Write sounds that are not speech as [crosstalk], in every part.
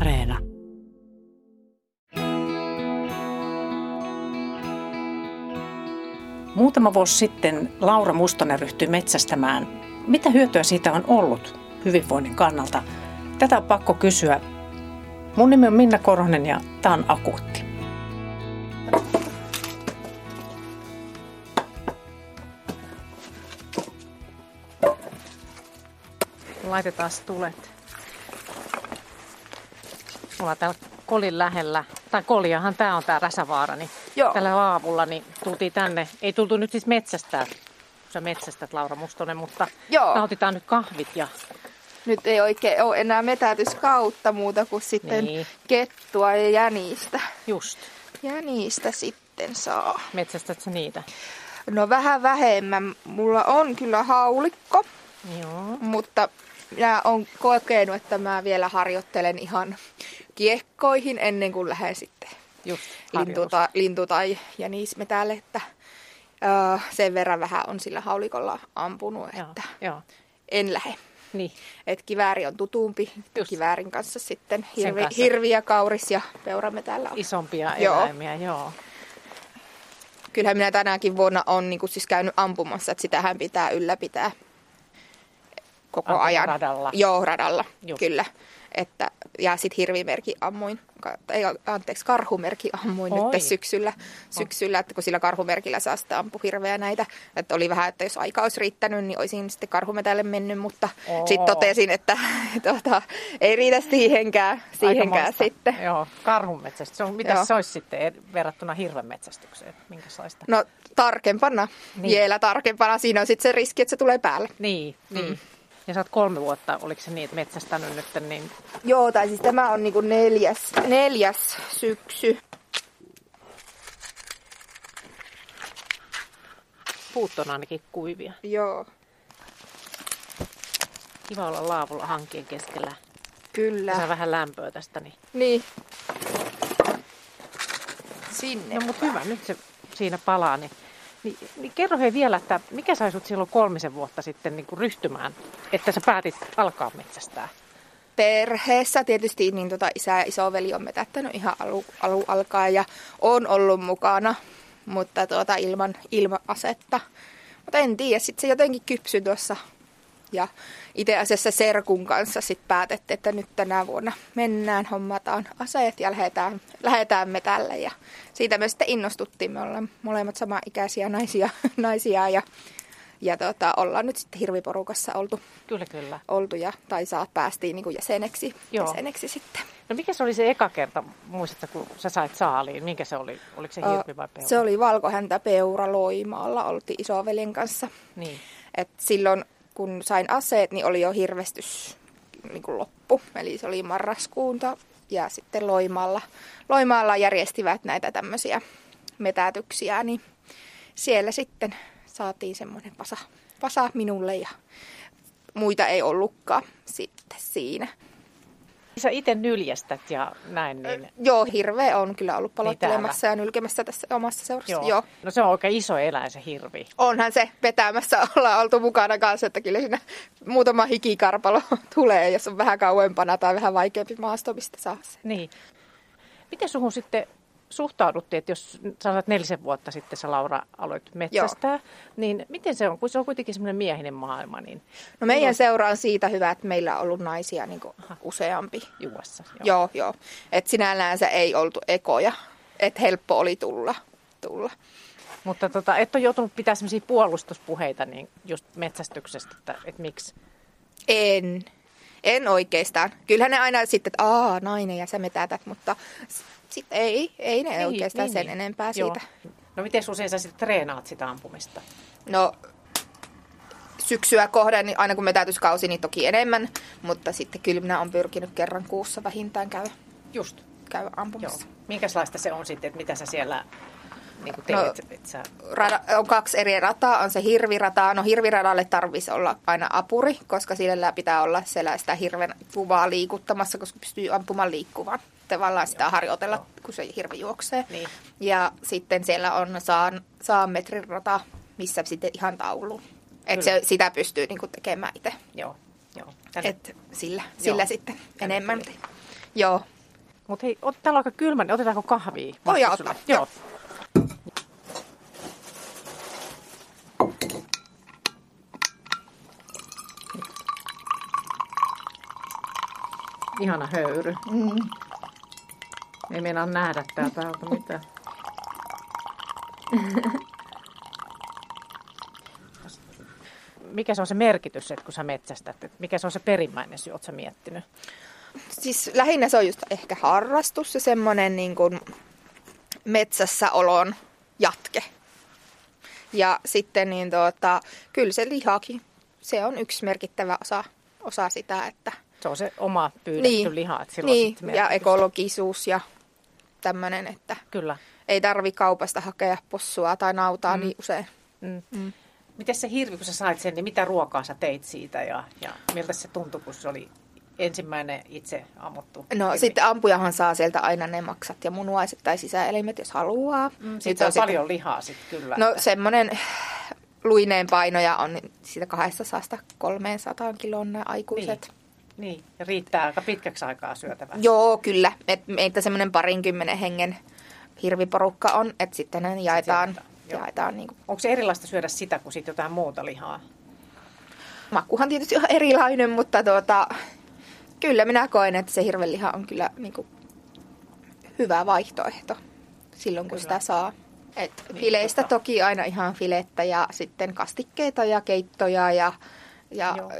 Areena. Muutama vuosi sitten Laura Mustonen ryhtyi metsästämään. Mitä hyötyä siitä on ollut hyvinvoinnin kannalta? Tätä on pakko kysyä. Mun nimi on Minna Korhonen ja tämä on Akuutti. Laitetaan tulet. Mulla on täällä kolin lähellä, tai koliahan tämä on tämä Räsävaara, niin Joo. tällä aamulla niin tultiin tänne. Ei tultu nyt siis metsästää, kun sä metsästät Laura Mustonen, mutta Joo. nautitaan nyt kahvit ja Nyt ei oikein ole enää metätyskautta muuta kuin sitten Niin. niin. kettua ja jänistä. just. Jänistä sitten saa. Metsästät sä niitä? No vähän vähemmän. Mulla on kyllä haulikko, Joo. mutta minä olen kokenut, että mä vielä harjoittelen ihan kiekkoihin ennen kuin lähden sitten Just. lintu harjoitus. tai, lintu tai jänismetälle, että öö, sen verran vähän on sillä haulikolla ampunut, Joo, että joo. en lähde. Niin. Et kivääri on tutumpi Just. kiväärin kanssa sitten. Hirvi, kanssa. hirvi ja kauris ja peuramme täällä on. Isompia Joo. eläimiä, joo. Kyllähän minä tänäkin vuonna olen niin siis käynyt ampumassa, että sitähän pitää ylläpitää koko ajan. Ampumaradalla. Joo, radalla, Joo. kyllä. Että, ja sitten hirvimerki ammuin, ka- ei, anteeksi, karhumerki ammuin Oi. nyt syksyllä, syksyllä, että kun sillä karhumerkillä saa sitä ampuhirveä näitä. Että oli vähän, että jos aika olisi riittänyt, niin olisin sitten karhumetälle mennyt, mutta Oo. sitten totesin, että [laughs] tuota, ei riitä siihenkään, siihenkään Aikamoista. sitten. Joo, karhunmetsästys. Se on, mitä Joo. se olisi sitten er- verrattuna hirvenmetsästykseen? Minkälaista? No tarkempana, Niin. niin. vielä tarkempana. Siinä on sitten se riski, että se tulee päälle. Niin, Mm. niin. Ja sä oot kolme vuotta, oliko se niin, että metsästänyt nyt, niin Joo, tai siis tämä on niinku neljäs, neljäs syksy. puut on ainakin kuivia. Joo, Kiva olla laavulla hankien keskellä. kyllä. Ja saa vähän lämpöä tästä. Niin. Niin. Sinne. No mutta hyvä, nyt se siinä palaa. Niin, niin, niin kerro hei vielä, että mikä sai sut silloin kolmisen vuotta sitten niin kuin ryhtymään, että sä päätit alkaa metsästää? Perheessä tietysti niin tota, isä ja isoveli on metättänyt ihan alu, alu alkaa ja on ollut mukana, mutta tuota, ilman, ilman asetta. Mutta en tiedä, sitten se jotenkin kypsy tuossa. Ja itse asiassa Serkun kanssa sitten päätettiin, että nyt tänä vuonna mennään, hommataan aseet ja lähdetään, lähdetään metälle. Ja siitä me sitten innostuttiin. Me ollaan molemmat samaikäisiä naisia, [laughs] naisia ja, ja tota, ollaan nyt sitten hirviporukassa oltu Kyllä, kyllä. oltu ja, tai saa, päästiin niin kuin jäseneksi, Joo. jäseneksi sitten. No mikä se oli se eka kerta, muistatko, kun sä sait saaliin? Minkä se oli? Oliko se hirvi vai Ö, peura? se oli valkohäntä peura Loimaalla, oltiin isoveljen kanssa. Niin. Et silloin kun sain aseet, niin oli jo hirvestys niin kuin loppu. Eli se oli marraskuunta ja sitten Loimaalla, Loimaalla järjestivät näitä tämmöisiä metätyksiä, niin siellä sitten saatiin semmoinen pasa, pasa minulle ja muita ei ollutkaan sitten siinä. Sä itse nyljestät ja näin, niin... Joo, hirveä on kyllä ollut Niin palottelemassa ja nylkemässä tässä omassa seurassa. Joo. Joo. Joo. No se on oikein iso eläin se hirvi. Onhan se vetämässä [laughs] ollaan oltu mukana kanssa, että kyllä siinä muutama hikikarpalo [laughs] tulee, jos on vähän kauempana tai vähän vaikeampi maasto, mistä saa se. Niin. Miten suhun sitten suhtauduttiin, että jos sä olet nelisen vuotta sitten sä Laura aloit metsästää, Joo. niin miten se on, kun se on kuitenkin semmoinen miehinen maailma, niin No meidän seura on siitä hyvä, että meillä on ollut naisia niin kuin useampi. juossa. Joo, joo. joo. Että sinällään se ei oltu ekoja. Että helppo oli tulla. tulla. Mutta tota, et ole joutunut pitää semmoisia puolustuspuheita niin just metsästyksestä, että, että miksi. En. En oikeastaan. Kyllähän ne aina sitten, että aa, nainen ja sä metätät, mutta sitten ei, ei ne niin, oikeastaan niin, sen niin. enempää Joo. siitä. No miten usein sä sitten treenaat sitä ampumista? No syksyä kohden, niin aina kun metäytyskausi, niin toki enemmän, mutta sitten kyllä minä olen pyrkinyt kerran kuussa vähintään käydä, Just. käydä Joo. ampumassa. Minkälaista se on sitten, että mitä sä siellä niin kuin teet? No, et sä, Rada, on kaksi eri rataa, on se hirvirata. No hirviradalle tarvitsisi olla aina apuri, koska sillä pitää olla siellä sitä hirven kuvaa liikuttamassa, koska pystyy ampumaan liikkuvan. Tavallaan sitä harjoitella, joo. kun se hirvi juoksee. Niin. Ja sitten siellä on saan, saan metrin rata, missä sitten ihan taulu. Et se, Kyllä. sitä pystyy niinku tekemään itse. joo. joo. Tänne Et sillä, sillä sitten Tänne enemmän. tuli. Joo. Mutta hei, ot- täällä on aika kylmä, niin otetaanko kahvia? Voidaan Markusella? ottaa, Joo. Ihana höyry. Mm. Ei meinaa nähdä täältä alta mitään. Mikä se on se merkitys, että kun sä metsästät? Että mikä se on se perimmäinen syy, oot sä miettinyt? Siis lähinnä se on just ehkä harrastus ja semmoinen niin kuin metsässäolon jatke. Ja sitten niin tuota, kyllä se lihakin, se on yksi merkittävä osa, osa sitä, että Se on se oma pyydetty Niin. liha. Että silloin niin, sitten ja merkitys. ekologisuus ja tämmöinen, että Kyllä. ei tarvi kaupasta hakea possua tai nautaa Mm. mm. niin usein. Mm. Mm. Miten se hirvi, kun sä sait sen, niin mitä ruokaa sä teit siitä ja, ja miltä se tuntui, kun se oli ensimmäinen itse ammuttu? No hirvi? sitten ampujahan saa sieltä aina ne maksat ja munuaiset tai sisäelimet, jos haluaa. Mm, Nyt siitä on sitten- paljon lihaa sitten kyllä. No että- semmoinen luineen painoja on siitä 200-300 kiloon nämä aikuiset. Niin, ja riittää aika pitkäksi aikaa syötävää. Niin. Joo, kyllä. Et meitä semmoinen parinkymmenen hengen hirviporukka on, että sitten ne jaetaan, jaetaan, joo. jaetaan niinku. Onko se erilaista syödä sitä kuin sit jotain muuta lihaa? Makuhan tietysti on erilainen, mutta tuota, kyllä minä koen, että se hirvenliha on kyllä niinku hyvä vaihtoehto silloin, kun Kyllä. sitä saa. Et Niin, fileistä tota. toki aina ihan filettä ja sitten kastikkeita ja keittoja ja, ja Joo.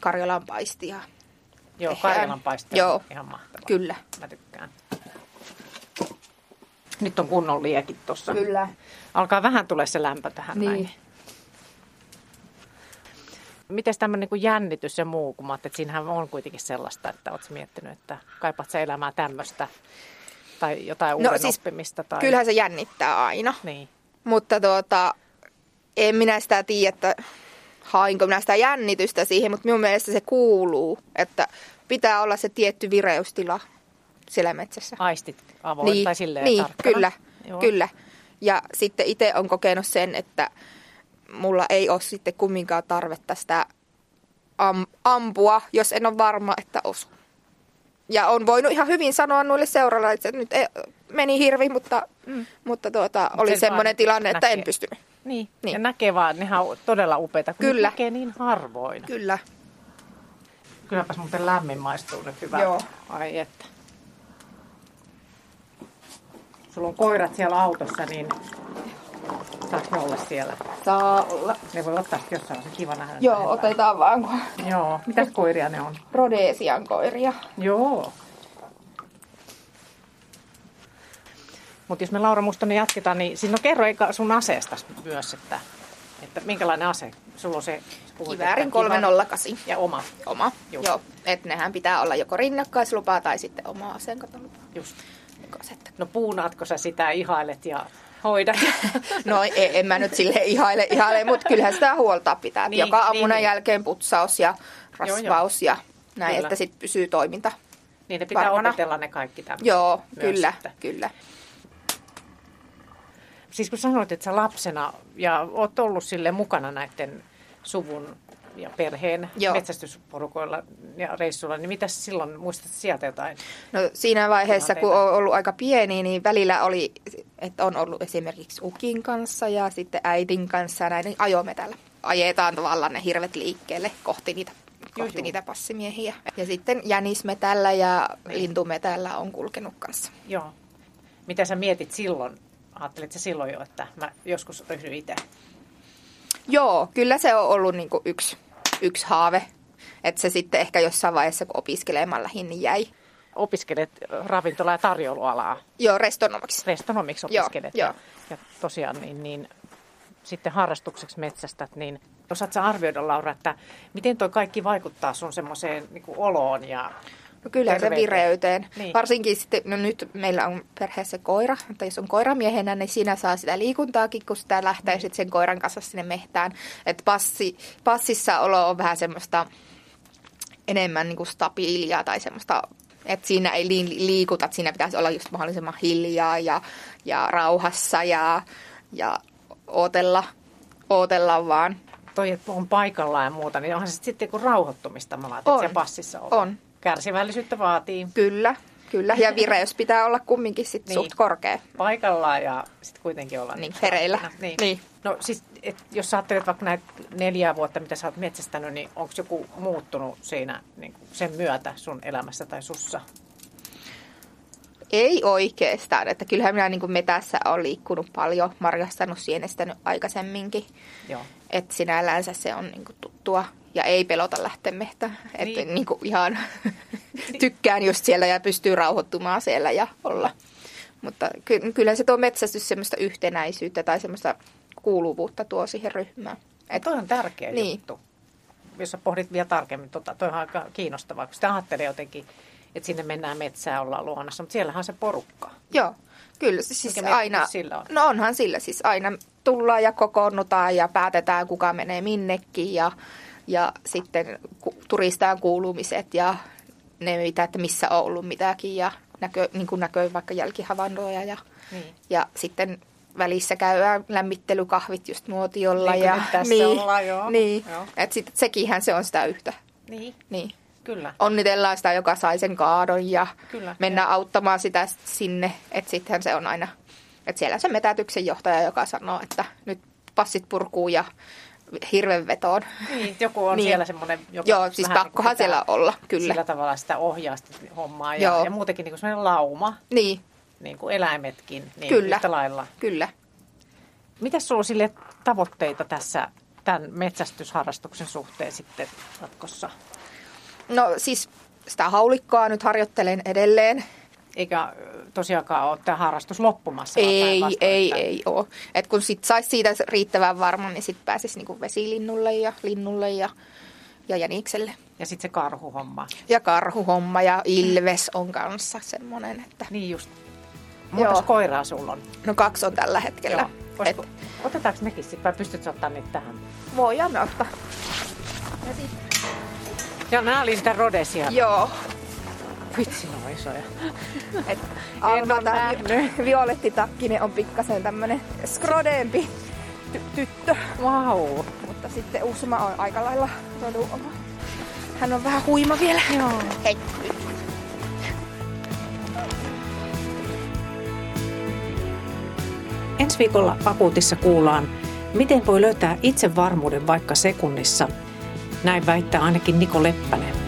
Karjalan paistia. Joo, Tehdään. Karjalan paiste on Joo. ihan mahtava. Kyllä. Mä tykkään. Nyt on kunnon liekit tuossa. Kyllä. Alkaa vähän tulee se lämpö tähän niin. näin. Miten tämmöinen niin jännitys ja muu, kun mä ajattelin, että siinähän on kuitenkin sellaista, että ootko miettinyt, että kaipaat sä elämää tämmöistä tai jotain uuden No siis oppimista? Tai... Kyllähän se jännittää aina, Niin, mutta tuota, en minä sitä tiedä, että hainko minä sitä jännitystä siihen, mutta minun mielestä se kuuluu, että pitää olla se tietty vireystila siellä metsässä. aistit avoin tai silleen niin tarkkana. kyllä, Joo. kyllä. Ja sitten itse on kokenut sen, että mulla ei ole sitten kumminkaan tarvetta sitä am- ampua, jos en ole varma, että osu. Ja on voinut ihan hyvin sanoa noille seuraajille, että nyt ei, meni hirvi, mutta, mm. mutta tuota, Mut oli sen vaan semmoinen tilanne, että en näkee. pystynyt. Niin. niin, Niin. ja näkee vaan, nehän on todella upeita, kun Kyllä. niitä näkee niin harvoin. Kyllä. Kylläpäs muuten lämmin maistuu nyt hyvältä. Joo. Ai että. Sulla on koirat siellä autossa, niin saat ne olla siellä. Saa olla. Ne voi ottaa sit jossain, on se kiva nähdä. Joo, lähellä. otetaan vaan kun Joo, mitäs koiria ne on? Rodesian koiria. Joo. Mutta jos me Laura Mustonen jatketaan, niin siinä on kerro eikä sun aseesta myös, että, että minkälainen ase sulla on se? sä puhuit, Kiväärin että kiväär- 308. Ja oma, Oma. Juu. Joo. Että nehän pitää olla joko rinnakkaislupa tai sitten oma aseenkatolupa. just. Joko asetta. No puunaatko sä sitä, ihailet ja [laughs] hoidat? No ei, en mä nyt sille ihaile, ihaile mutta kyllähän sitä huolta pitää. Niin, Niin, Joka niin, aamuna niin. niin, jälkeen putsaus ja joo. rasvaus joo, joo. ja näin, Kyllä. kyllä. että sitten pysyy toiminta. niin ne pitää Varmana. Varmana. opetella ne kaikki tämmöiset. Joo, Myös kyllä, sitten. kyllä. Siis kun sanoit, että sä lapsena ja oot ollut sille mukana näiden suvun ja perheen Joo. Joo. metsästysporukoilla ja reissuilla, niin mitä silloin, muistat sieltä jotain? No siinä vaiheessa, kun Tilanteita. on ollut aika pieni, niin välillä oli, että on ollut esimerkiksi ukin kanssa ja sitten äidin kanssa ja näin, niin ajometällä. Ajetaan tavallaan ne hirvet liikkeelle kohti niitä, kohti juu. niitä passimiehiä. Ja sitten jänismetällä ja Niin. lintumetällä on kulkenut kanssa. Joo. Mitä sä mietit silloin? Ajattelit sä silloin jo, että mä joskus ryhdyn itse? Joo, kyllä se on ollut niin yksi, yksi haave. Että se sitten ehkä jossain vaiheessa, kun opiskelemaan lähin, niin jäi. Opiskelet ravintola- ja tarjoulualaa. Joo, restonomiksi. restonomiksi Joo, opiskelet ja, joo. ja tosiaan niin, niin, sitten harrastukseksi metsästät, niin osaat sä arvioida Laura, että miten toi kaikki vaikuttaa sun semmoiseen niin oloon ja No kyllä se terveyteen? vireyteen. Niin. Niin. Varsinkin sitten, no nyt meillä on perheessä koira, mutta jos on koiramiehenä, niin siinä saa sitä liikuntaakin, kun sitä Niin. lähtee sitten sen koiran kanssa sinne mehtään. Että passi, passissa olo on vähän semmoista enemmän niin kuin stabiilia tai semmoista, että siinä ei li- liikuta, että siinä pitäisi olla just mahdollisimman hiljaa ja, ja rauhassa ja, ja ootella, ootella vaan. toi, että on paikallaan ja muuta, niin onhan se sitten kuin rauhoittumista mä laitan, että On. siellä passissa on. On. Kärsivällisyyttä vaatii. Kyllä, Kyllä, ja vireys pitää olla kumminkin sit Niin. niin. suht korkea. paikallaan ja sitten kuitenkin ollaan Niin, hereillä. No, niin. niin. Niin. No siis, et, jos sä ajattelet vaikka näitä neljää vuotta, mitä sä oot metsästänyt, niin onko joku muuttunut siinä niin kuin sen myötä sun elämässä tai sussa? Ei oikeastaan, että kyllähän minä niin metässä olen liikkunut paljon, marjastanut, sienestänyt aikaisemminkin. Joo. Että sinällänsä se on niin kuin tuttua ja ei pelota lähteä mehtään. Että Niin. niin. niin ihan [laughs] tykkään just siellä ja pystyy rauhoittumaan siellä ja olla. Mutta ky- kyllä se tuo metsästys semmoista yhtenäisyyttä tai semmoista kuuluvuutta tuo siihen ryhmään. Et Et, toi on tärkeä niin. Niin. juttu. Jos sä pohdit vielä tarkemmin, tota, toi on aika kiinnostavaa, kun sitä ajattelee jotenkin, että sinne mennään metsään, ollaan luonnossa, mutta siellähän on se porukka. joo, kyllä se siis merkitys aina, sillä on? no onhan sillä siis aina tullaan ja kokoonnutaan ja päätetään kuka menee minnekin ja, ja sitten ku, turistaan kuulumiset ja ne mitä, että missä on ollut mitäkin ja näkö, niin kuin näköin vaikka jälkihavaintoja ja Niin. Ja sitten välissä käydään lämmittelykahvit just nuotiolla. Niin kuin ja, nyt tässä ollaan, joo. Niin, Joo. että sitten sekinhän se on sitä yhtä. Niin, Niin. kyllä. Onnitellaan sitä, joka sai sen kaadon ja Kyllä, mennään auttamaan sitä sit sinne. Että sittenhän se on aina, että siellä on se metätyksen johtaja, joka sanoo, että nyt passit purkuun ja hirven vetoon. Niin, joku on niin. [laughs] Niin. siellä semmoinen, joka Joo, siis vähän niinku pakkohan pitää siellä olla, kyllä. Sillä tavalla sitä ohjaa sitä hommaa ja, Joo. ja muutenkin niin semmoinen lauma, Niin, niin kuin eläimetkin, niin Kyllä. yhtä lailla. kyllä. Mitä sulla on sille tavoitteita tässä tämän metsästysharrastuksen suhteen sitten jatkossa? No siis sitä haulikkoa nyt harjoittelen edelleen. Eikä äh, tosiaankaan ole tämä harrastus loppumassa. vaan Ei, päinvastoin, ei, että- ei ole. Et kun sit saisi siitä riittävän varman, niin sitten pääsisi niinku vesilinnulle ja linnulle ja, ja jänikselle. Ja sitten se karhuhomma. Ja karhuhomma ja ilves on kanssa semmoinen, että Niin just. Montas Joo. koiraa sulla on? no kaksi on tällä hetkellä. Voisiko, Et otetaanko nekin sitten vai pystytkö ottaa niitä tähän? voidaan me ottaa. Ja sit, Joo, nämä oli niitä rodesia. joo, Vitsi, ne on isoja. et oo Alma tää nähnyt. vi- violettitakkinen on pikkasen tämmönen skrodeempi ty- tyttö, Vau. Wow. mutta sitten Usma on aika lailla rodu oma. Hän on vähän huima vielä. Joo. Hei. Ensi viikolla akuutissa kuullaan, miten voi löytää itsevarmuuden vaikka sekunnissa. Näin väittää ainakin Niko Leppänen.